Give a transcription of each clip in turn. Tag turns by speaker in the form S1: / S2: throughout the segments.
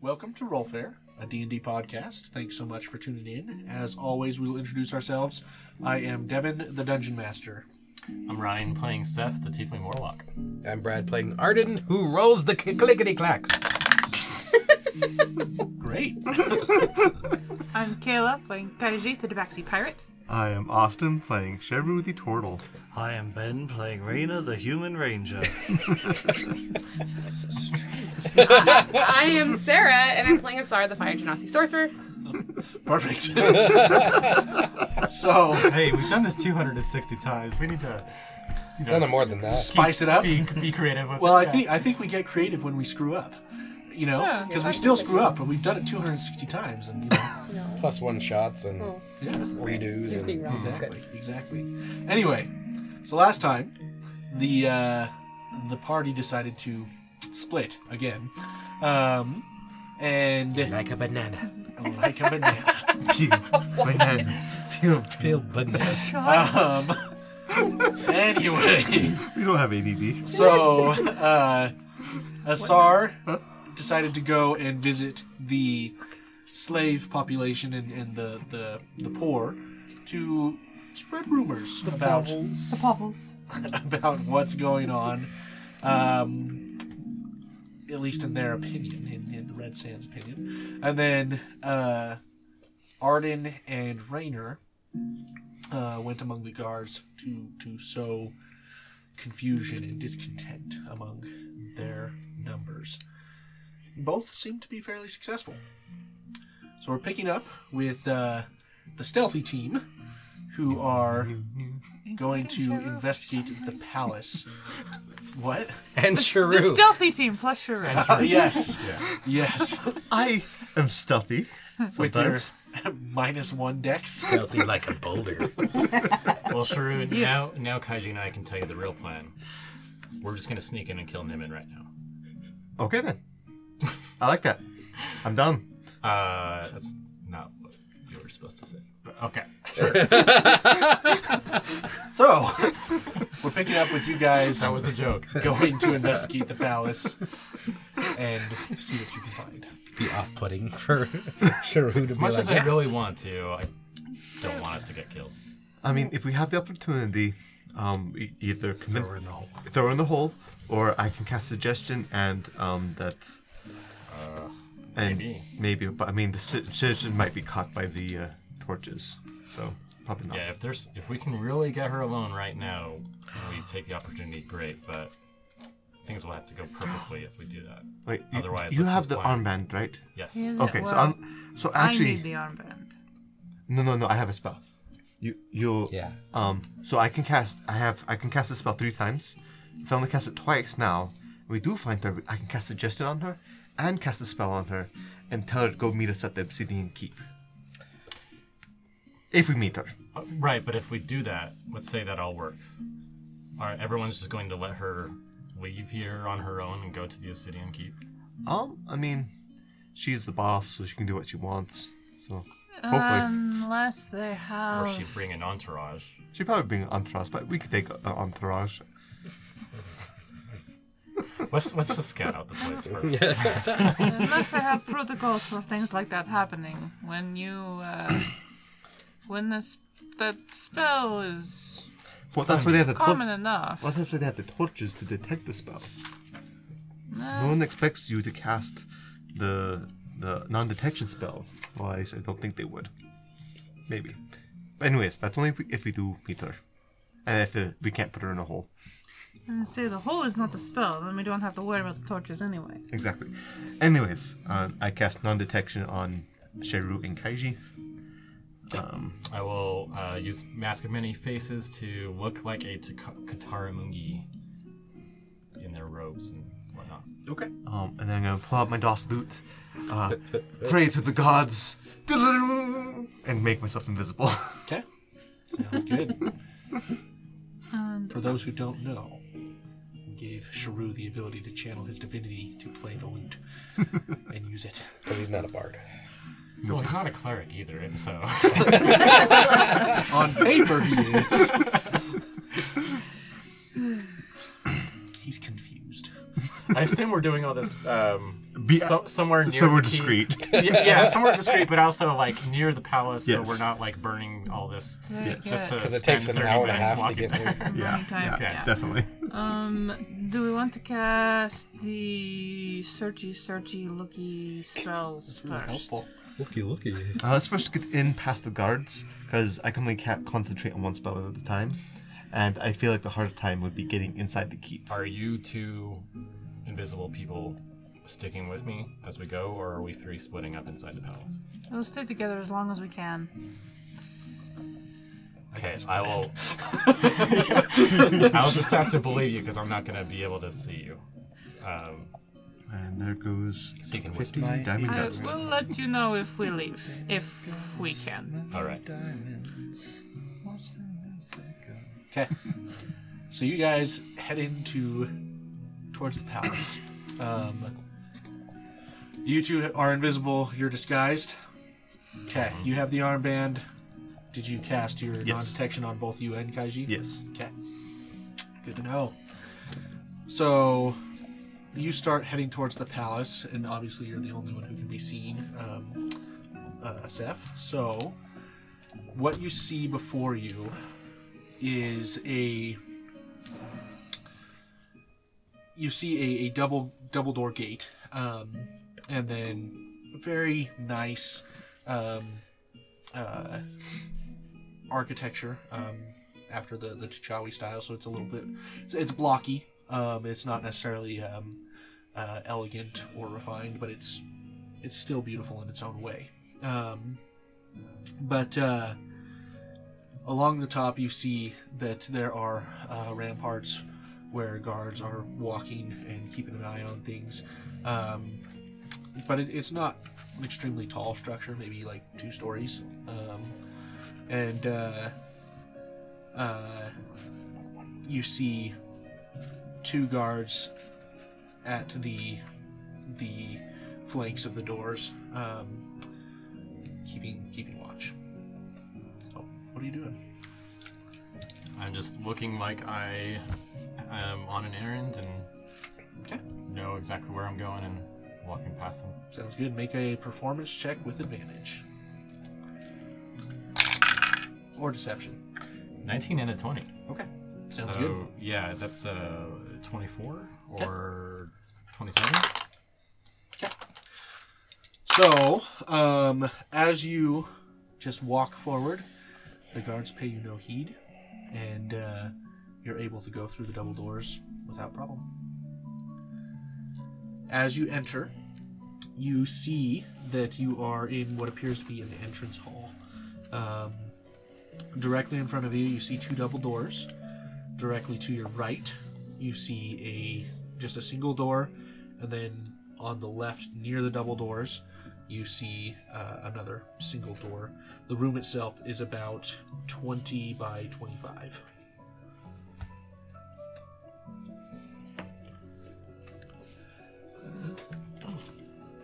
S1: Welcome to Rollfair, a D&D podcast. Thanks so much for tuning in. As always, we will introduce ourselves. I am Devin, the Dungeon Master.
S2: I'm Ryan playing Seth, the Tiefling Warlock.
S3: I'm Brad playing Arden, who rolls the clickety clacks.
S1: Great.
S4: I'm Kayla, playing Kaiji, the Tabaxi Pirate.
S5: I am Austin playing Cheru the Turtle.
S6: I am Ben playing Reyna the Human Ranger.
S7: I am Sarah, and I'm playing Asar, the Fire Genasi Sorcerer.
S1: Perfect. so,
S5: Hey, we've done this 260 times. We need to you know,
S3: Done it more than that.
S1: spice it up.
S5: Be, be creative with
S1: Well,
S5: it.
S1: I think I think we get creative when we screw up. You know, because we still screw up, but we've done it 260 times, and you know,
S3: Plus one shots and
S4: Oh.
S1: yeah,
S3: redos and
S1: exactly, exactly. Anyway, so last time the uh, the party decided to split again, um, and
S3: like a banana.
S1: like a banana.
S5: Pew, bananas. Pew, pew.
S3: Feel banana.
S1: Um, anyway.
S5: We don't have ADD.
S1: So, uh, Asar decided to go and visit the slave population and, and the, the, the poor to spread rumors about about what's going on. Um, at least in their opinion, in, in the Red Sands' opinion. And then uh, Arden and Rainer uh, went among the guards to, to sow confusion and discontent among their numbers. Both seem to be fairly successful. So we're picking up with uh, the stealthy team, who are going to investigate the palace. What?
S3: And
S4: The
S3: Cheru.
S4: stealthy team plus Shuru.
S1: Uh, yes, yes.
S5: I am stuffy.
S1: With your
S5: Sometimes.
S1: minus one dex.
S3: Stealthy like a boulder.
S2: Well, Sharu, now now Kaiji and I can tell you the real plan. We're just gonna sneak in and kill Niman right now.
S5: Okay then. I like that. I'm done.
S2: Uh, that's not what you were supposed to say. But okay.
S1: So we're picking up with you guys
S2: That was a joke.
S1: going to investigate the palace and see what you can find.
S3: Be off putting for Cheru to
S2: As
S3: be
S2: much
S3: like,
S2: as I really want to, I don't want us to get killed.
S5: I mean, if we have the opportunity, um, e- either convin-
S3: "We're in the hole."
S5: throw in the hole, or I can cast suggestion, and um, that's. and
S2: maybe.
S5: maybe. maybe, but I mean, the su- suggestion might be caught by the uh, torches, so probably not.
S2: Yeah, if there's if we can really get her alone right now, and we take the opportunity, great. But things will have to go perfectly if we do that.
S5: Wait, you,
S2: Otherwise,
S5: you
S2: let's
S5: have
S2: just
S5: the
S2: plan.
S5: armband, right?
S2: Yes.
S5: Okay, so
S4: Well,
S5: I'm, so
S4: I need
S5: actually,
S4: the armband.
S5: no, no, no, I have a spell. You, you,
S3: Yeah.
S5: Um, so I can cast. I have. I can cast the spell three times. If I only cast it twice now, we do find her. I can cast suggestion on her, and cast a spell on her, and tell her to go meet us at the Obsidian Keep. If we meet her,
S2: Uh, Right, but if we do that, let's say that all works. All right, everyone's just going to let her leave here on her own and go to the Obsidian Keep.
S5: um, I mean, she's the boss, so she can do what she wants. So hopefully,
S4: Um, Unless they
S2: Or
S4: have.
S2: she bring an entourage.
S5: she probably bring an entourage, but we could take an entourage.
S2: Let's let's just scout out the place first.
S4: Unless they have protocols for things like that happening. When you. Uh, when this. That spell is
S5: Well, that's where they have the tor-
S4: common enough.
S5: well, that's where they have the torches to detect the spell. No one expects you to cast the the non-detection spell. Well, at least I don't think they would. Maybe. But anyways, that's only if we, if we do meet her, and if uh, we can't put her in a hole.
S4: And say the hole is not the spell, then we don't have to worry about the torches anyway.
S5: Exactly. Anyways, uh, I cast non-detection on Sheru and Kaiji.
S2: I will uh, use Mask of Many Faces to look like a Taka- Katara Mugi in their robes and whatnot.
S1: Okay.
S5: Um, and then I'm gonna pull out my DOS loot, uh, pray to the gods, and make myself invisible.
S1: Okay. Sounds good.
S4: And
S1: For those who don't know, we gave Sharu the ability to channel his divinity to play the lute and use it.
S3: Because he's not a bard.
S2: Well, he's not a cleric either, and so
S1: On paper, he is. He's confused.
S2: I assume we're doing all this um,
S5: Be
S2: So, somewhere near
S5: somewhere
S2: the keep.
S5: discreet.
S2: yeah, yeah, somewhere discreet, but also like near the palace, so
S5: Yes.
S2: we're not like burning all this.
S4: Yes.
S2: Just to
S3: Because it
S2: spend
S3: takes an
S2: 30
S3: hour and a
S2: minutes
S3: half to
S2: walking
S3: get
S2: back.
S3: here.
S5: yeah, yeah,
S2: yeah.
S5: definitely.
S4: Um, do we want to cast the searchy, searchy, looky spells first?
S1: Helpful.
S8: Looky, looky.
S5: Uh, let's first get in past the guards because I can only ca- concentrate on one spell at a time, and I feel like the harder time would be getting inside the keep.
S2: Are you two invisible people sticking with me as we go, or are we three splitting up inside the palace?
S4: We'll stay together as long as we can.
S2: Okay, I will. I'll just have to believe you because I'm not gonna be able to see you. Um,
S5: And there goes
S2: So you can
S5: fifty diamond
S4: I
S5: dust.
S4: will let you know if we leave, if we can.
S2: all right.
S1: Okay. so you guys head into towards the palace. Um, you two are invisible. You're disguised. Okay. You have the armband. Did you cast your non-detection on both you and Kaiji?
S5: Yes.
S1: Okay. Good to know. So you start heading towards the palace, and obviously you're the only one who can be seen, um, uh, Seth. So what you see before you is a you see a, a double double door gate, um, and then a very nice um, uh, architecture um, after the the T'Chawi style. So it's a little bit it's, it's blocky. Um, it's not necessarily um, uh, elegant or refined, but it's it's still beautiful in its own way. Um, but uh, along the top, you see that there are uh, ramparts where guards are walking and keeping an eye on things. Um, but it, it's not an extremely tall structure, maybe like two stories. Um, and uh, uh, you see two guards at the the flanks of the doors, um, keeping keeping watch. So, what are you doing?
S2: I'm just looking like I am on an errand and
S1: Okay,
S2: know exactly where I'm going and walking past them.
S1: sounds good. Make a performance check with advantage or deception.
S2: 19 and a 20.
S1: Okay, sounds
S2: so,
S1: good.
S2: Yeah, that's uh, 24 or 27.
S1: So, um, as you just walk forward, the guards pay you no heed, and uh, you're able to go through the double doors without problem. As you enter, you see that you are in what appears to be an entrance hall. Um, directly in front of you, you see two double doors. Directly to your right, you see a just a single door, and then on the left, near the double doors, you see uh, another single door. The room itself is about 20 by 25.
S2: Uh,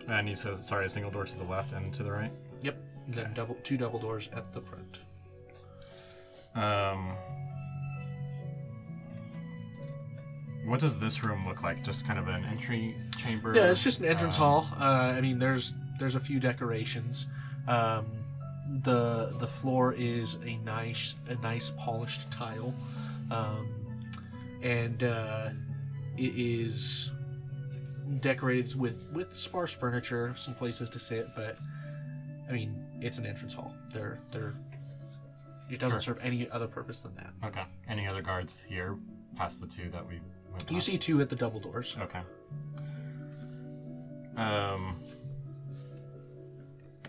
S2: And he says, sorry, a single door to the left and to the right.
S1: Yep. And Then double two double doors at the front.
S2: Um, what does this room look like? Just kind of an entry chamber?
S1: Yeah, it's just an entrance
S2: Um,
S1: hall. Uh, I mean, there's there's a few decorations. Um, the the floor is a nice a nice polished tile, um, and uh, it is decorated with with sparse furniture, some places to sit. But I mean, it's an entrance hall. There there, it doesn't serve any other purpose than that.
S2: Okay. Any other guards here past the two that we went
S1: You
S2: past?
S1: see two at the double doors.
S2: Okay. Um,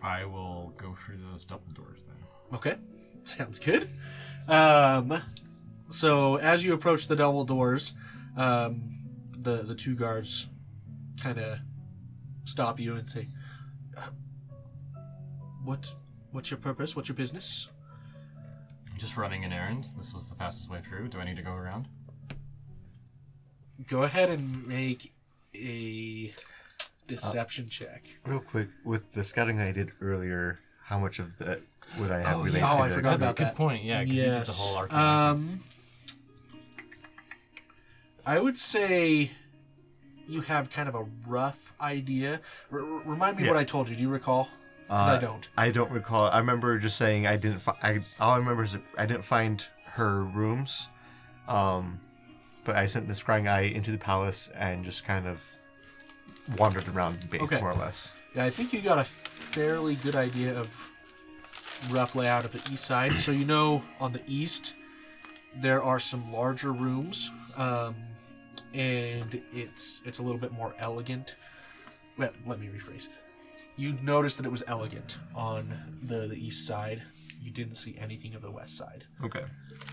S2: I will go through those double doors then.
S1: Okay, sounds good. Um, so as you approach the double doors, um, the the two guards kind of stop you and say, "Uh, "What? What's your purpose? What's your business?"
S2: I'm just running an errand. This was the fastest way through. Do I need to go around?
S1: Go ahead and make a deception check.
S5: Real quick, with the scouting I did earlier, how much of that would I have
S2: Oh,
S5: related
S2: yeah.
S1: Oh,
S5: to
S1: I
S5: the-
S1: forgot
S2: That's
S1: about
S2: a good
S1: that.
S2: point. Yeah, because you did the whole arcane.
S1: Um, I would say you have kind of a rough idea. R- r- remind me what I told you. Do you recall? Because
S2: Uh,
S1: I don't.
S5: I don't recall. I remember just saying I didn't. Fi- I all I remember is that I didn't find her rooms, um, but I sent the scrying eye into the palace and just kind of wandered around the base
S1: Okay.
S5: more or less.
S1: Yeah, I think you got a fairly good idea of rough layout of the east side. so you know on the east there are some larger rooms, um, and it's it's a little bit more elegant. Well, let me rephrase. You noticed that it was elegant on the, the east side. You didn't see anything of the west side.
S5: Okay.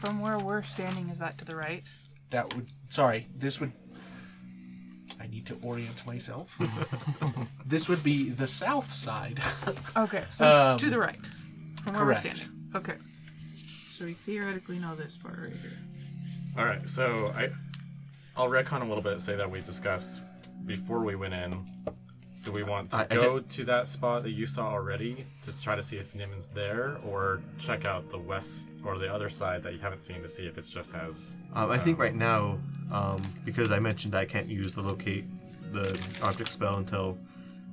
S4: From where we're standing, is that to the right?
S1: That would sorry, this would I need to orient myself. this would be the south side.
S4: Okay, so
S1: Um,
S4: to the right. From where
S1: correct.
S4: we're standing. Okay. So we theoretically know this part right here.
S2: All right, so I, I'll retcon a little bit. Say that we discussed before we went in. Do we want to
S5: I- I
S2: go to that spot that you saw already to try to see if Nimen's there, or check out the west or the other side that you haven't seen to see if it's just as
S5: Um, I think right now, um, because I mentioned I can't use the locate the object spell until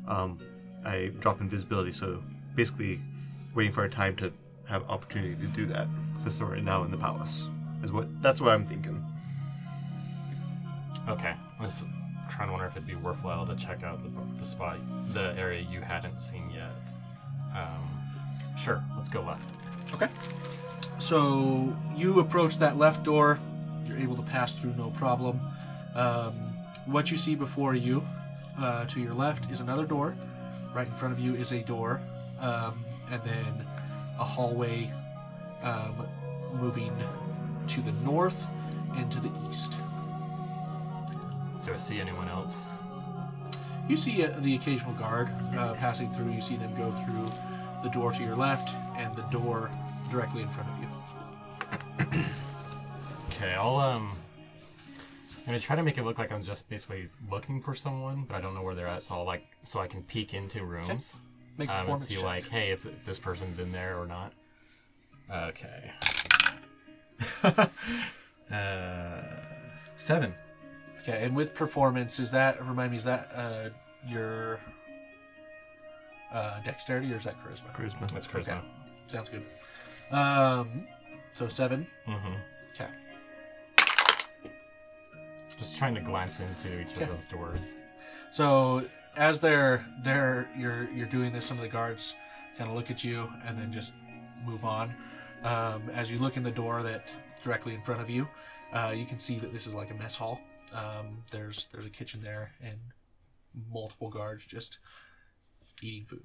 S5: um, I drop invisibility, so basically waiting for a time to have opportunity to do that since we're now in the palace is what that's what I'm thinking.
S2: okay? I was trying to wonder if it'd be worthwhile to check out the, the spot, the area you hadn't seen yet. Um, sure, let's go left.
S1: Okay. So you approach that left door. You're able to pass through no problem. Um, what you see before you, uh, to your left, is another door. Right in front of you is a door, um, and then a hallway um, moving to the north and to the east.
S2: Do I see anyone else?
S1: You see uh, the occasional guard uh, passing through. You see them go through the door to your left and the door directly in front of you.
S2: Okay, I'll um. I'm gonna try to make it look like I'm just basically looking for someone, but I don't know where they're at, so I'll like so I can peek into rooms
S1: Make a
S2: um, and
S1: performance
S2: see
S1: check.
S2: like, hey, if, if this person's in there or not. Okay. uh, seven.
S1: Okay, and with performance, is that remind me? Is that uh, your uh, dexterity or is that charisma?
S5: Charisma.
S2: That's charisma.
S1: Sounds good. Um, so seven.
S2: Mm-hmm.
S1: Okay.
S2: Just trying to glance into each
S1: Okay.
S2: of those doors.
S1: So as they're they're you're you're doing this, some of the guards kind of look at you and then just move on. Um, as you look in the door that directly in front of you, uh, you can see that this is like a mess hall. Um, there's there's a kitchen there and multiple guards just eating food.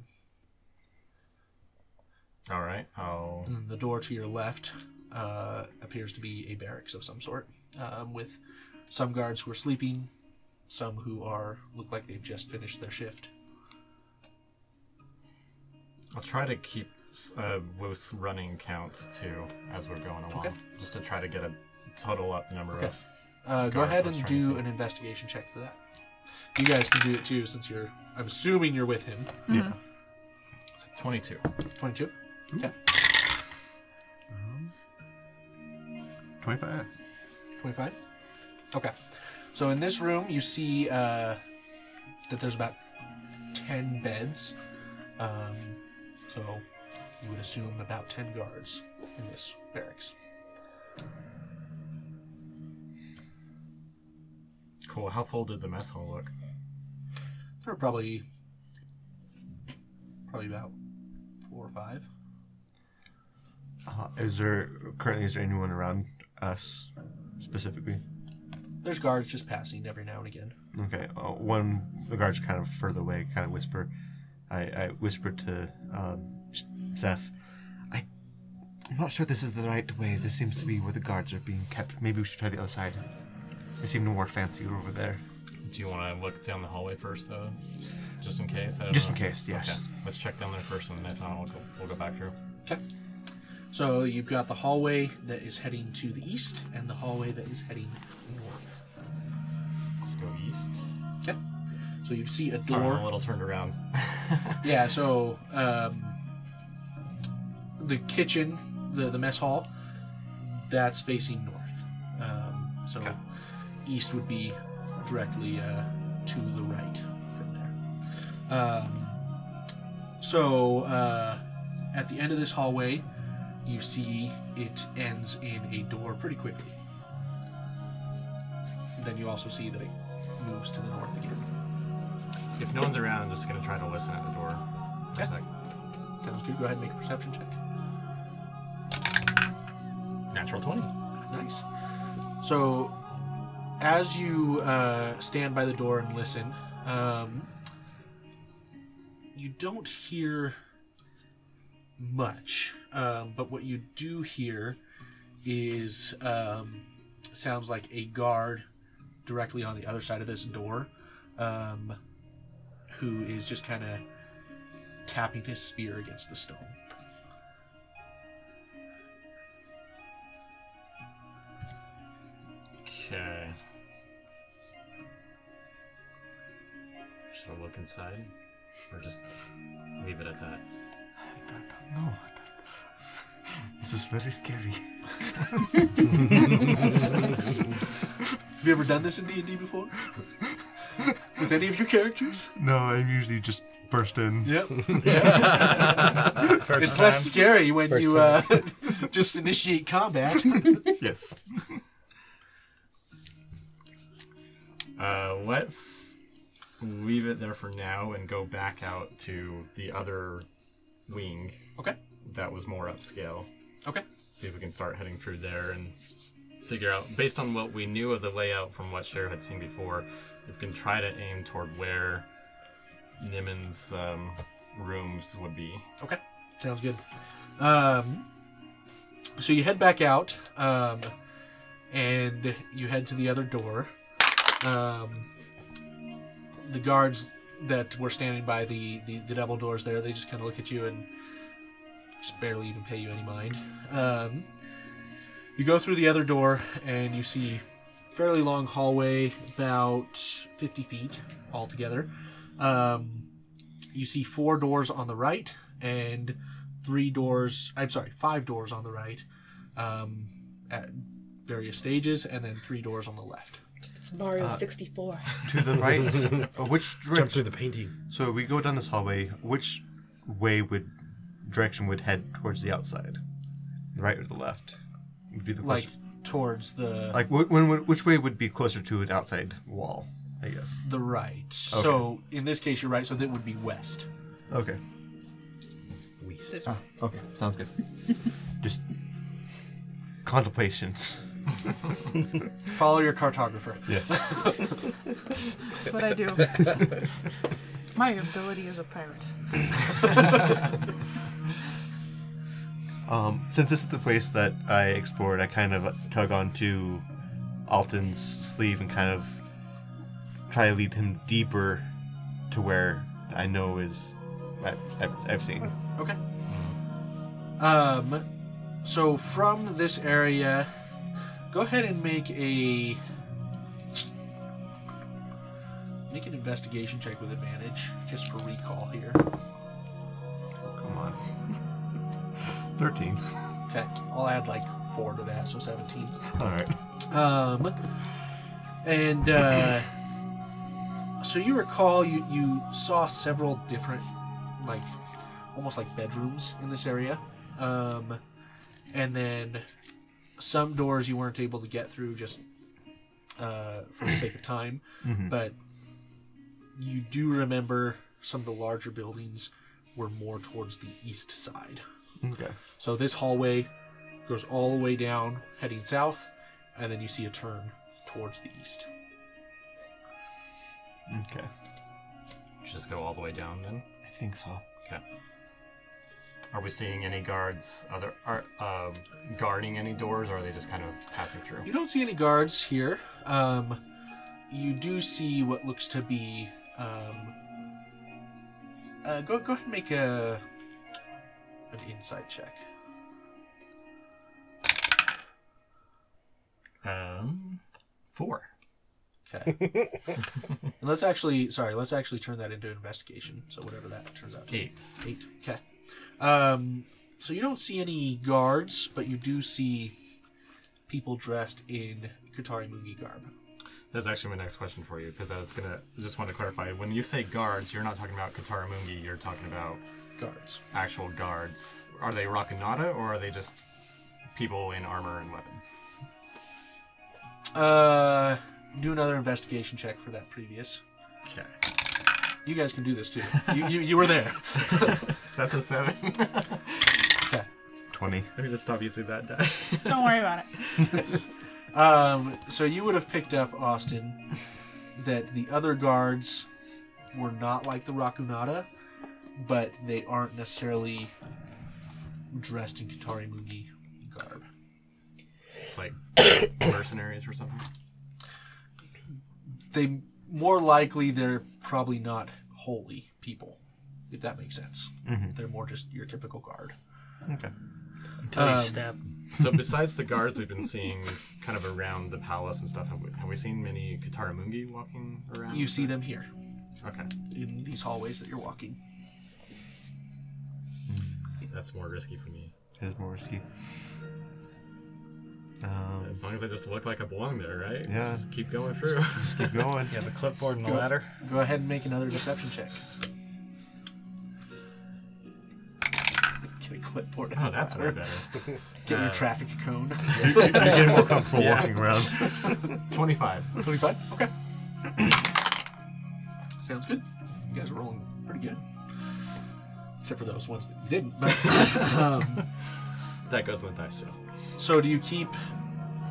S2: All right. I'll
S1: And Mm, the door to your left uh, appears to be a barracks of some sort, um, with some guards who are sleeping, some who are look like they've just finished their shift.
S2: I'll try to keep a loose running count too as we're going along,
S1: Okay.
S2: just to try to get a total up the number
S1: Okay.
S2: of.
S1: Uh, go
S2: Guards,
S1: ahead
S2: I was
S1: and
S2: trying to
S1: do
S2: say.
S1: an investigation check for that. You guys can do it too, since you're. I'm assuming you're with him.
S5: Yeah.
S2: So 22.
S1: 22. Okay.
S5: Twenty-five.
S1: 25. Okay. So in this room, you see uh, that there's about 10 beds. Um, so you would assume about 10 guards in this barracks.
S2: Cool. How full did the mess hall look?
S1: There are probably probably about four or five.
S5: Uh, is there currently is there anyone around us specifically?
S1: There's guards just passing every now and again.
S5: Okay, uh, one the guards kind of further away, kind of whisper. I, I whispered to um, Sh- Seth. I, I'm not sure this is the right way. This seems to be where the guards are being kept. Maybe we should try the other side. They seem more fancier over there.
S2: Do you want to look down the hallway first, though? Just in case? I don't
S5: Just in
S2: know.
S5: case,
S2: Okay.
S5: yes.
S2: Let's check down there first, and if not, we'll go, we'll go back through.
S1: Okay. So you've got the hallway that is heading to the east and the hallway that is heading north.
S2: Let's go east.
S1: Okay. So you see a door.
S2: Sorry, I'm a little turned around.
S1: Yeah, so um, the kitchen, the, the mess hall, that's facing north. Um, so
S2: Okay.
S1: east would be directly uh, to the right from there. Um, so uh, at the end of this hallway, you see it ends in a door pretty quickly. Then you also see that it moves to the north again.
S2: If no one's around, I'm just gonna try to listen at the door. Just like
S1: Sounds good. Go ahead and make a perception check.
S2: natural twenty.
S1: Nice. So, as you uh, stand by the door and listen, um, you don't hear much, um, but what you do hear is um, sounds like a guard directly on the other side of this door, um, who is just kind of tapping his spear against the stone.
S2: Okay. Should I look inside, or just leave it at that?
S5: No. This is very scary.
S1: Have you ever done this in D and D before? With any of your characters?
S5: No, I'm usually just burst in.
S1: Yep.
S6: First
S1: It's less scary when
S3: First
S1: you uh, just initiate combat.
S5: Yes.
S2: Uh, let's leave it there for now and go back out to the other wing
S1: okay.
S2: that was more upscale.
S1: Okay.
S2: See if we can start heading through there and figure out, based on what we knew of the layout from what Sheriff had seen before, if we can try to aim toward where Niman's um, rooms would be.
S1: Okay. Sounds good. Um, so you head back out, um, and you head to the other door. Um, the guards that were standing by the, the, the double doors there, they just kind of look at you and just barely even pay you any mind. Um, you go through the other door, and you see fairly long hallway, about 50 feet altogether. Um, you see four doors on the right and three doors i'm sorry five doors on the right um, at various stages and then three doors on the left
S8: It's
S7: Uh,
S8: Mario 64.
S5: To the right. Uh, which
S3: Jump through
S5: direction?
S3: the painting.
S5: So we go down this hallway. Which way would direction would head towards the outside? The right or the left? Would be the
S1: like
S5: closer-
S1: towards the
S5: like wh- when, would- which way would be closer to an outside wall? I guess.
S1: the right so in this case you're right so that would be west
S5: Okay. Ah, okay. Sounds good. Just contemplations.
S1: follow your cartographer
S5: Yes.
S4: That's what I do. My ability as a pirate.
S5: Um, since this is the place that I explored, I kind of tug onto Alton's sleeve and kind of try to lead him deeper to where I know is I, I've, I've seen.
S1: Okay. Um, so from this area, go ahead and make a make an investigation check with advantage, just for recall here.
S5: Come on. Thirteen.
S1: Okay, I'll add like four to that, so seventeen.
S5: All right.
S1: Um, and uh, so you recall you you saw several different like almost like bedrooms in this area, um, and then some doors you weren't able to get through just uh, for the sake of time, but you do remember some of the larger buildings were more towards the east side.
S5: Okay.
S1: So this hallway goes all the way down, heading south, and then you see a turn towards the east.
S5: Okay.
S2: Just go all the way down then.
S5: I think so.
S2: Okay. Are we seeing any guards? Other are um, guarding any doors, or are they just kind of passing through?
S1: You don't see any guards here. Um, you do see what looks to be. Um, uh, go go ahead and make a an insight check.
S2: Um, four.
S1: Okay. and let's actually, sorry, let's actually turn that into investigation. So whatever that turns out to be.
S2: Eight.
S1: Eight. Okay. Um, so you don't see any guards, but you do see people dressed in Qatari Mungi garb.
S2: That's actually my next question for you because I was gonna just want to clarify. When you say guards, you're not talking about Katara Mungi. You're talking about
S1: Guards.
S2: actual guards. Are they Rakanada or are they just people in armor and weapons?
S1: Uh, do another investigation check for that previous.
S2: Okay,
S1: You guys can do this too. you, you, you were there.
S2: that's a seven.
S1: Okay.
S5: 20.
S2: Let me just stop using that die.
S4: Don't worry about it.
S1: Um, so you would have picked up, Austin, that the other guards were not like the Rakunata, but they aren't necessarily dressed in Katari Mugi garb.
S2: It's like mercenaries or something.
S1: They more likely they're probably not holy people, if that makes sense. They're more just your typical guard.
S5: Okay.
S6: Until
S1: Um,
S6: he stabbed
S2: So besides the guards we've been seeing kind of around the palace and stuff, have we, have we seen many Katara Mungi walking around?
S1: You see them here
S2: Okay,
S1: in these hallways that you're walking.
S2: that's more risky for me.
S5: It is more risky. Um,
S2: As long as I just look like I belong there, right?
S5: Yeah.
S2: Just keep going through.
S5: just keep going.
S6: Yeah, the clipboard and the ladder.
S1: Go ahead and make another deception check. Get a clipboard.
S2: Oh, that's way better.
S1: Get your traffic cone.
S5: You're getting more comfortable walking around.
S2: 25.
S1: 25? Okay. Sounds good. You guys are rolling pretty good. Except for those ones that you didn't. But
S2: That goes in the dice show.
S1: so do you keep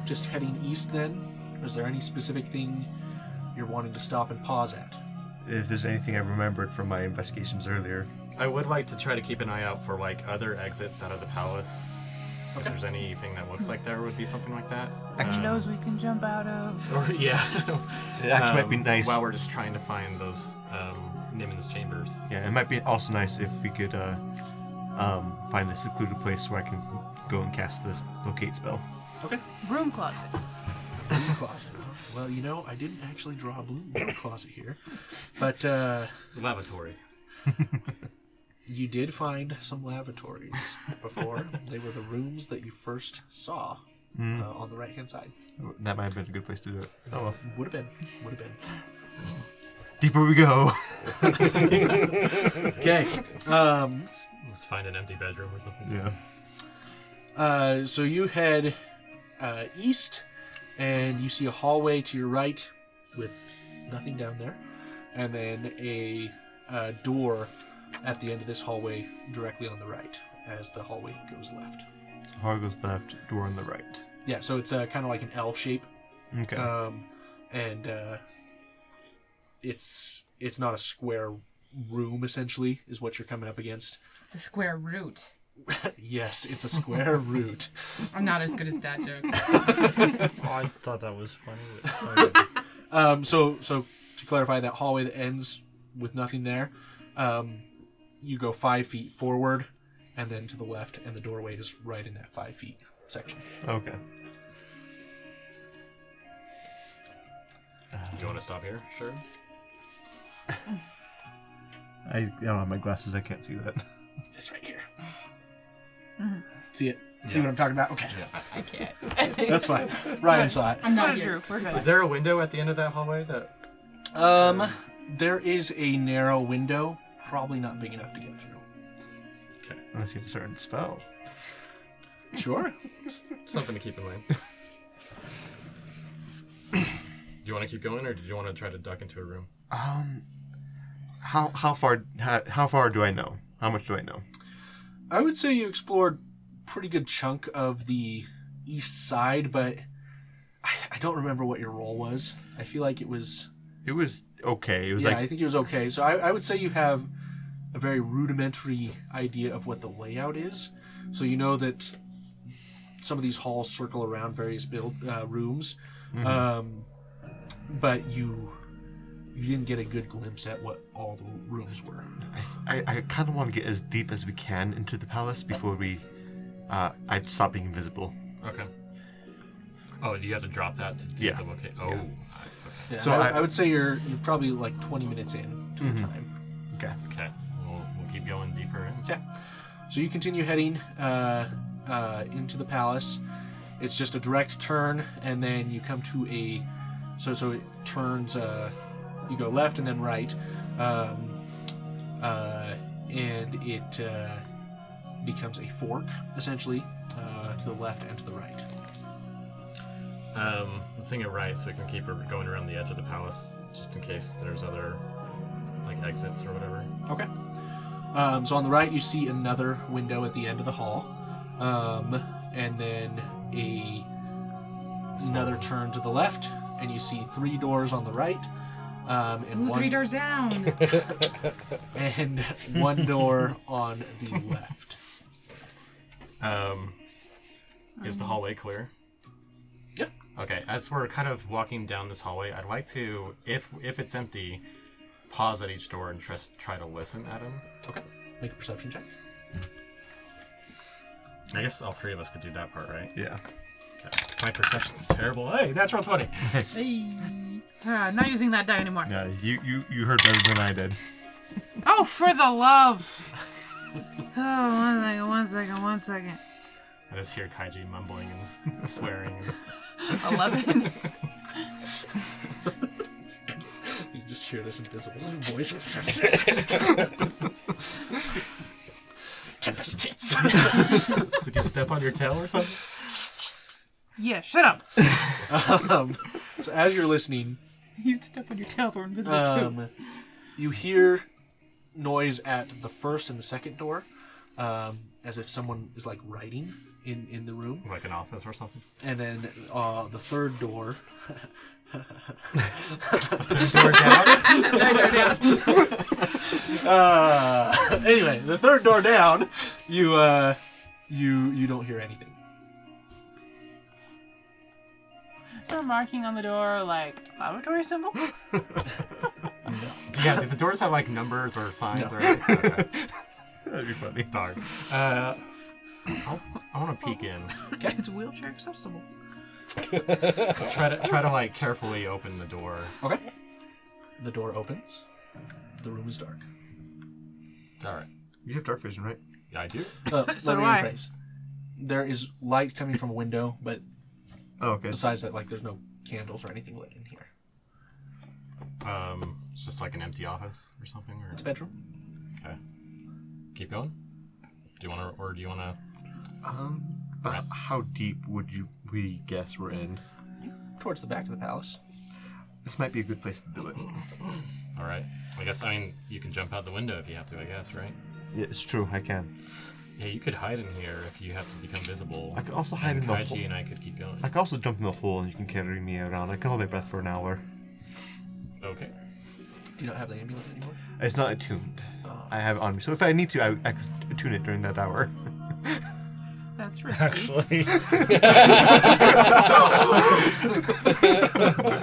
S1: just heading east then? Or is there any specific thing you're wanting to stop and pause at?
S5: If there's anything I remembered from my investigations earlier,
S2: I would like to try to keep an eye out for like other exits out of the palace. If there's anything that looks like there would be something like that.
S5: Actually-
S4: Those we can jump out of.
S2: Or yeah.
S5: it actually might be
S2: Um,
S5: nice.
S2: While we're just trying to find those um, Nimmons chambers.
S5: Yeah, it might be also nice if we could uh, um, find a secluded place where I can go and cast this locate spell.
S1: Okay.
S4: Broom closet.
S1: Bloom closet. Well, you know, I didn't actually draw a bloom closet here. But uh,
S2: Lavatory.
S1: you did find some lavatories before. they were the rooms that you first saw uh, on the right hand side.
S5: That might have been a good place to do it. Oh well.
S1: Would have been. Would have been.
S5: Deeper we go.
S1: Okay. Um,
S2: Let's find an empty bedroom or something.
S5: yeah.
S1: uh, so you head uh, east, and you see a hallway to your right with nothing down there, and then a uh, door at the end of this hallway directly on the right as the hallway goes left.
S5: So Har goes left, door on the right. Uh,
S1: Yeah, so it's uh, kind of like an L shape,
S5: Okay.
S1: um, and uh, it's it's not a square room essentially is what you're coming up against.
S7: It's a square root.
S1: Yes, it's a square root.
S7: I'm not as good as dad jokes.
S6: Oh, I thought that was funny. but-
S1: Um, so, so to clarify, that hallway that ends with nothing there, um, you go five feet forward, and then to the left, and the doorway is right in that five feet section.
S5: okay.
S2: You want to stop here? Sure.
S5: I, I don't have my glasses. I can't see that.
S1: It's right here. Mm-hmm. See it? See what I'm talking about? Okay,
S7: I can't.
S1: that's fine. Ryan saw it.
S7: I'm not
S4: Drew,
S7: you.
S4: We're good.
S2: Is there a window at the end of that hallway that
S1: Um, there is a narrow window, probably not big enough to get through.
S5: Unless you have a certain spell.
S1: Sure.
S2: something to keep in mind? Do you want to keep going, or did you want to try to duck into a room?
S5: Um, how how far how, how far do I know? How much do I know?
S1: I would say you explored pretty good chunk of the east side, but I, I don't remember what your role was. I feel like it was.
S5: It was okay. It was
S1: yeah, I
S5: like
S1: think it was okay. So I, I would say you have a very rudimentary idea of what the layout is. So you know that some of these halls circle around various build uh, rooms,
S5: Mm-hmm.
S1: um, but you you didn't get a good glimpse at what all the rooms were.
S5: I, I, I kind of want to get as deep as we can into the palace before we uh, I stop being invisible.
S2: Okay. Oh, do you have to drop that to do
S5: Yeah.
S2: the location? Oh,
S1: Yeah,
S5: So
S1: I,
S5: I- Mm-hmm.
S1: I would say you're you're probably like 20 minutes in to the time.
S5: Okay.
S2: okay. We'll, we'll keep going deeper in.
S1: Yeah. So you continue heading uh, uh, into the palace. It's just a direct turn, and then you come to a So so it turns. Uh, you go left and then right, um, uh, and it uh, becomes a fork essentially uh, to the left and to the right.
S2: Um, let's hang it right so we can keep her going around the edge of the palace, just in case there's other like exits or whatever.
S1: Okay. Um, so on the right, you see another window at the end of the hall, um, and then a another turn to the left, and you see three doors on the right, um, and
S4: Ooh,
S1: one
S4: three doors down.
S1: and one door on the left.
S2: Um, is the hallway clear?
S1: Yeah.
S2: Okay, as we're kind of walking down this hallway, I'd like to, if if it's empty, pause at each door and just try to listen at them.
S1: Okay. Make a perception check.
S2: I guess all three of us could do that part, right?
S5: Yeah.
S2: Okay. My perception's terrible. Hey, natural twenty.
S4: Ah, not using that die anymore.
S5: Yeah, you, you, you heard better than I did.
S4: Oh, for the love! oh, one second, one second, one second.
S2: I just hear Kaiji mumbling and swearing.
S4: Eleven.
S1: You just hear this invisible voice.
S2: Did you step on your tail or something?
S4: yeah, shut up.
S1: um, so as you're listening,
S4: You step on your tail for invisible
S1: um, you hear noise at the first and the second door, um, as if someone is like writing in in the room.
S2: Like an office or something.
S1: and then uh, the third door. uh, anyway, the third door down, you uh, you you don't hear anything.
S4: Is there a marking on the door like laboratory symbol?
S2: Yeah, do the doors have like numbers or signs or anything? Okay.
S5: That'd be funny.
S2: Darn. Uh, I'll- I want to peek in.
S4: it's wheelchair accessible.
S2: Try to try to like carefully open the door.
S1: Okay. The door opens. The room is dark.
S2: All right.
S5: You have dark vision, right?
S2: Yeah, I do.
S1: Uh,
S4: So
S1: let me
S4: do I.
S1: rephrase. There is light coming from a window, but
S5: Oh, okay.
S1: besides that, like there's no candles or anything lit in here.
S2: Um, it's just like an empty office or something. Or
S1: It's a bedroom.
S2: okay. Keep going. Do you want to, or do you want to?
S5: Um, but how deep would you we guess we're in?
S1: Towards the back of the palace.
S5: This might be a good place to do it.
S2: All right. I guess I mean you can jump out the window if you have to. I guess right.
S5: Yeah, it's true. I can.
S2: Yeah, you could hide in here if you have to become visible.
S5: I could also hide
S2: and
S5: in the
S2: Kaiji
S5: hole.
S2: and I could keep going.
S5: I could also jump in the hole, and you can carry me around. I can hold my breath for an hour.
S2: Okay.
S1: Do you not have the amulet anymore?
S5: It's not attuned. I have it on me, so if I need to, I, I could attune it during that hour.
S4: That's risky.
S6: Actually,
S2: or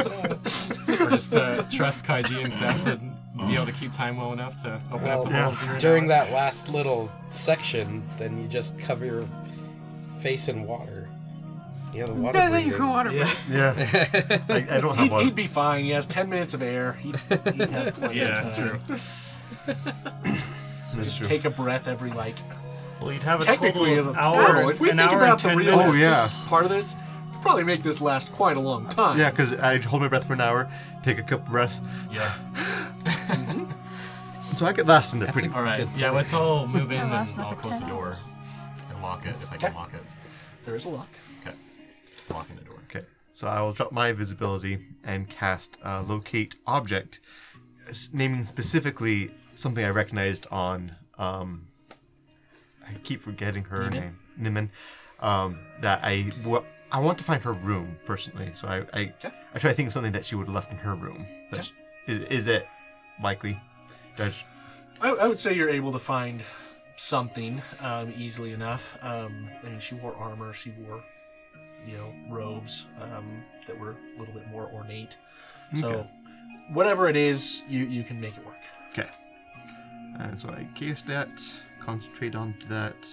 S2: just uh, trust Kaiji and Seth to be able to keep time well enough to open up the
S5: Well,
S2: hole. during-
S3: During that last little section, then you just cover your face in water. You know, the water.
S4: Doesn't you
S3: breathing.
S4: can water breathe.
S5: Yeah. I, I don't have
S1: He'd,
S5: one.
S1: he'd be fine. He has ten minutes of air. He'd, he'd have plenty of
S2: Yeah,
S1: time.
S2: true.
S5: That's
S1: Just
S5: true.
S1: take a breath every like.
S6: well, you'd have a
S1: Technically,
S6: total
S1: as
S6: of
S1: a
S6: hour,
S1: total, if we
S6: an
S1: think
S6: hour
S1: about
S6: and
S1: the
S6: ten
S1: real
S6: minutes.
S5: Oh, yeah.
S1: part of this, you could probably make this last quite a long time.
S5: Yeah, because I hold my breath for an hour, take a couple breaths,
S2: Yeah.
S5: so I get last in there pretty.
S2: All right. Yeah, let's all move in
S4: last
S2: and
S4: enough
S2: I'll
S4: for
S2: close the
S4: 10
S2: door
S4: hours.
S2: and lock it if I can lock it.
S1: There is a lock.
S2: Okay. Locking the door.
S5: Okay, so I will drop my visibility and cast uh, locate object, s- naming specifically something I recognized on. Um, I keep forgetting her name, Niman. Um, that I wa- I want to find her room personally, so I I, I try to think of something that she would have left in her room. That's, is, is it likely? Does-
S1: I, I would say you're able to find something um, easily enough. Um, I mean, she wore armor. She wore, you know, robes um, that were a little bit more ornate. So,
S5: Okay.
S1: whatever it is, you you can make it work.
S5: Okay. And so I cast that, concentrate on that,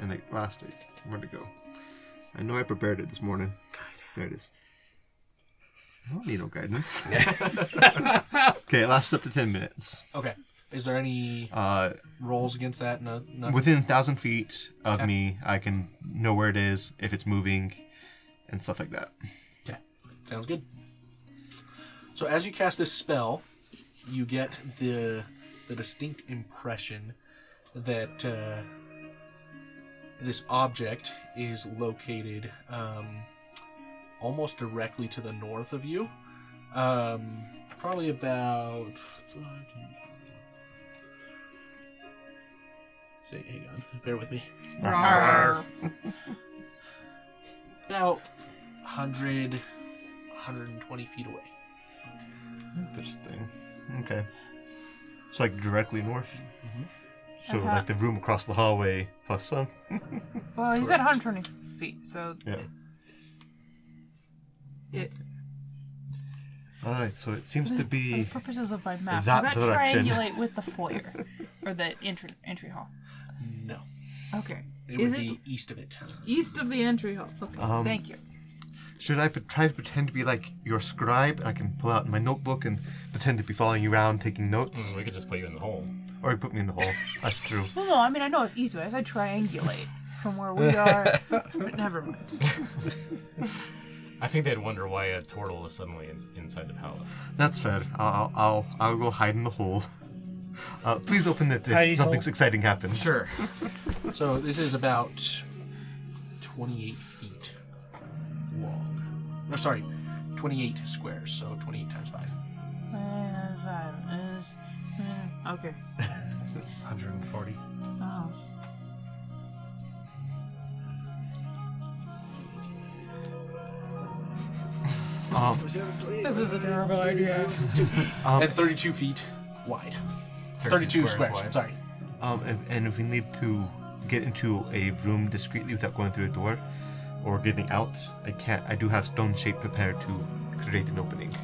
S5: and it lasted. Where'd it go? I know I prepared it this morning. There it is. I don't need no guidance. okay, it lasts up to 10 minutes.
S1: Okay. Is there any
S5: Uh,
S1: rolls against that? No. no?
S5: within 1,000 feet of me, I can know where it is, if it's moving, and stuff like that.
S1: okay. Sounds good. So as you cast this spell, you get the the distinct impression that uh, this object is located um, almost directly to the north of you. Um, probably about. Say, hang on, bear with me. About 100, 120 feet away.
S5: Interesting. Okay. It's like directly north. So like the room across the hallway plus some.
S4: Well, he's at 120 feet, so
S5: Yeah.
S4: it,
S5: All right. So it seems to
S4: for the
S5: be
S4: purposes of my map,
S5: That
S4: that, that
S5: direction.
S4: triangulate with the foyer or the entry entry hall.
S1: No,
S4: Okay,
S1: it
S4: is
S1: would be
S4: it
S1: east of it.
S4: east of the entry hall? Okay,
S5: Um,
S4: thank you.
S5: Should I pret- try to pretend to be like your scribe and I can pull out my notebook and pretend to be following you around taking notes?
S2: We could just put you in the hole.
S5: Or you put me in the hole. That's true.
S4: Well, no, I mean I know it's east west. I triangulate from where we are, but never mind.
S2: I think they'd wonder why a turtle is suddenly in- inside the palace.
S5: That's fair. I'll, I'll, I'll, I'll go hide in the hole. Uh, please open it if
S6: Hidey
S5: something
S6: hole.
S5: exciting happens.
S2: Sure.
S1: So this is about 28 feet long. No, sorry, 28 squares, so 28 times 5.
S4: And five is mm, okay.
S6: 140.
S4: Oh.
S5: Um,
S7: This is a terrible idea.
S1: and 32 feet wide. 32 squares, sorry.
S5: um, if, and if we need to get into a room discreetly without going through a door or getting out, I can't. I do have stone shape prepared to create an opening.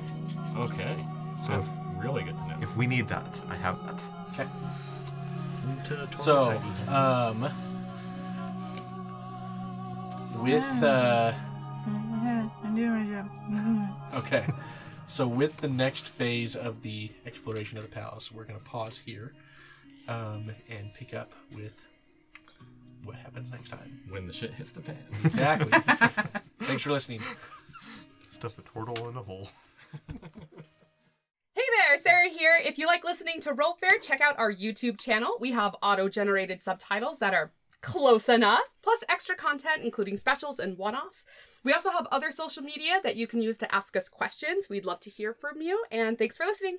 S2: Okay. So that's really good to know.
S5: If we need that, I have that.
S1: Okay.
S6: To the torch
S1: So,
S6: ID.
S1: um, with, uh,
S4: Yeah, I do my job.
S1: okay. So, with the next phase of the exploration of the palace, we're going to pause here um, and pick up with what happens next time.
S2: When the shit hits the fan.
S1: Exactly. Thanks for listening.
S5: Stuff a turtle in a hole.
S7: Hey there, Sarah here. If you like listening to Roll Fair, check out our YouTube channel. We have auto generated subtitles that are close enough, plus extra content, including specials and one offs. We also have other social media that you can use to ask us questions. We'd love to hear from you, and thanks for listening.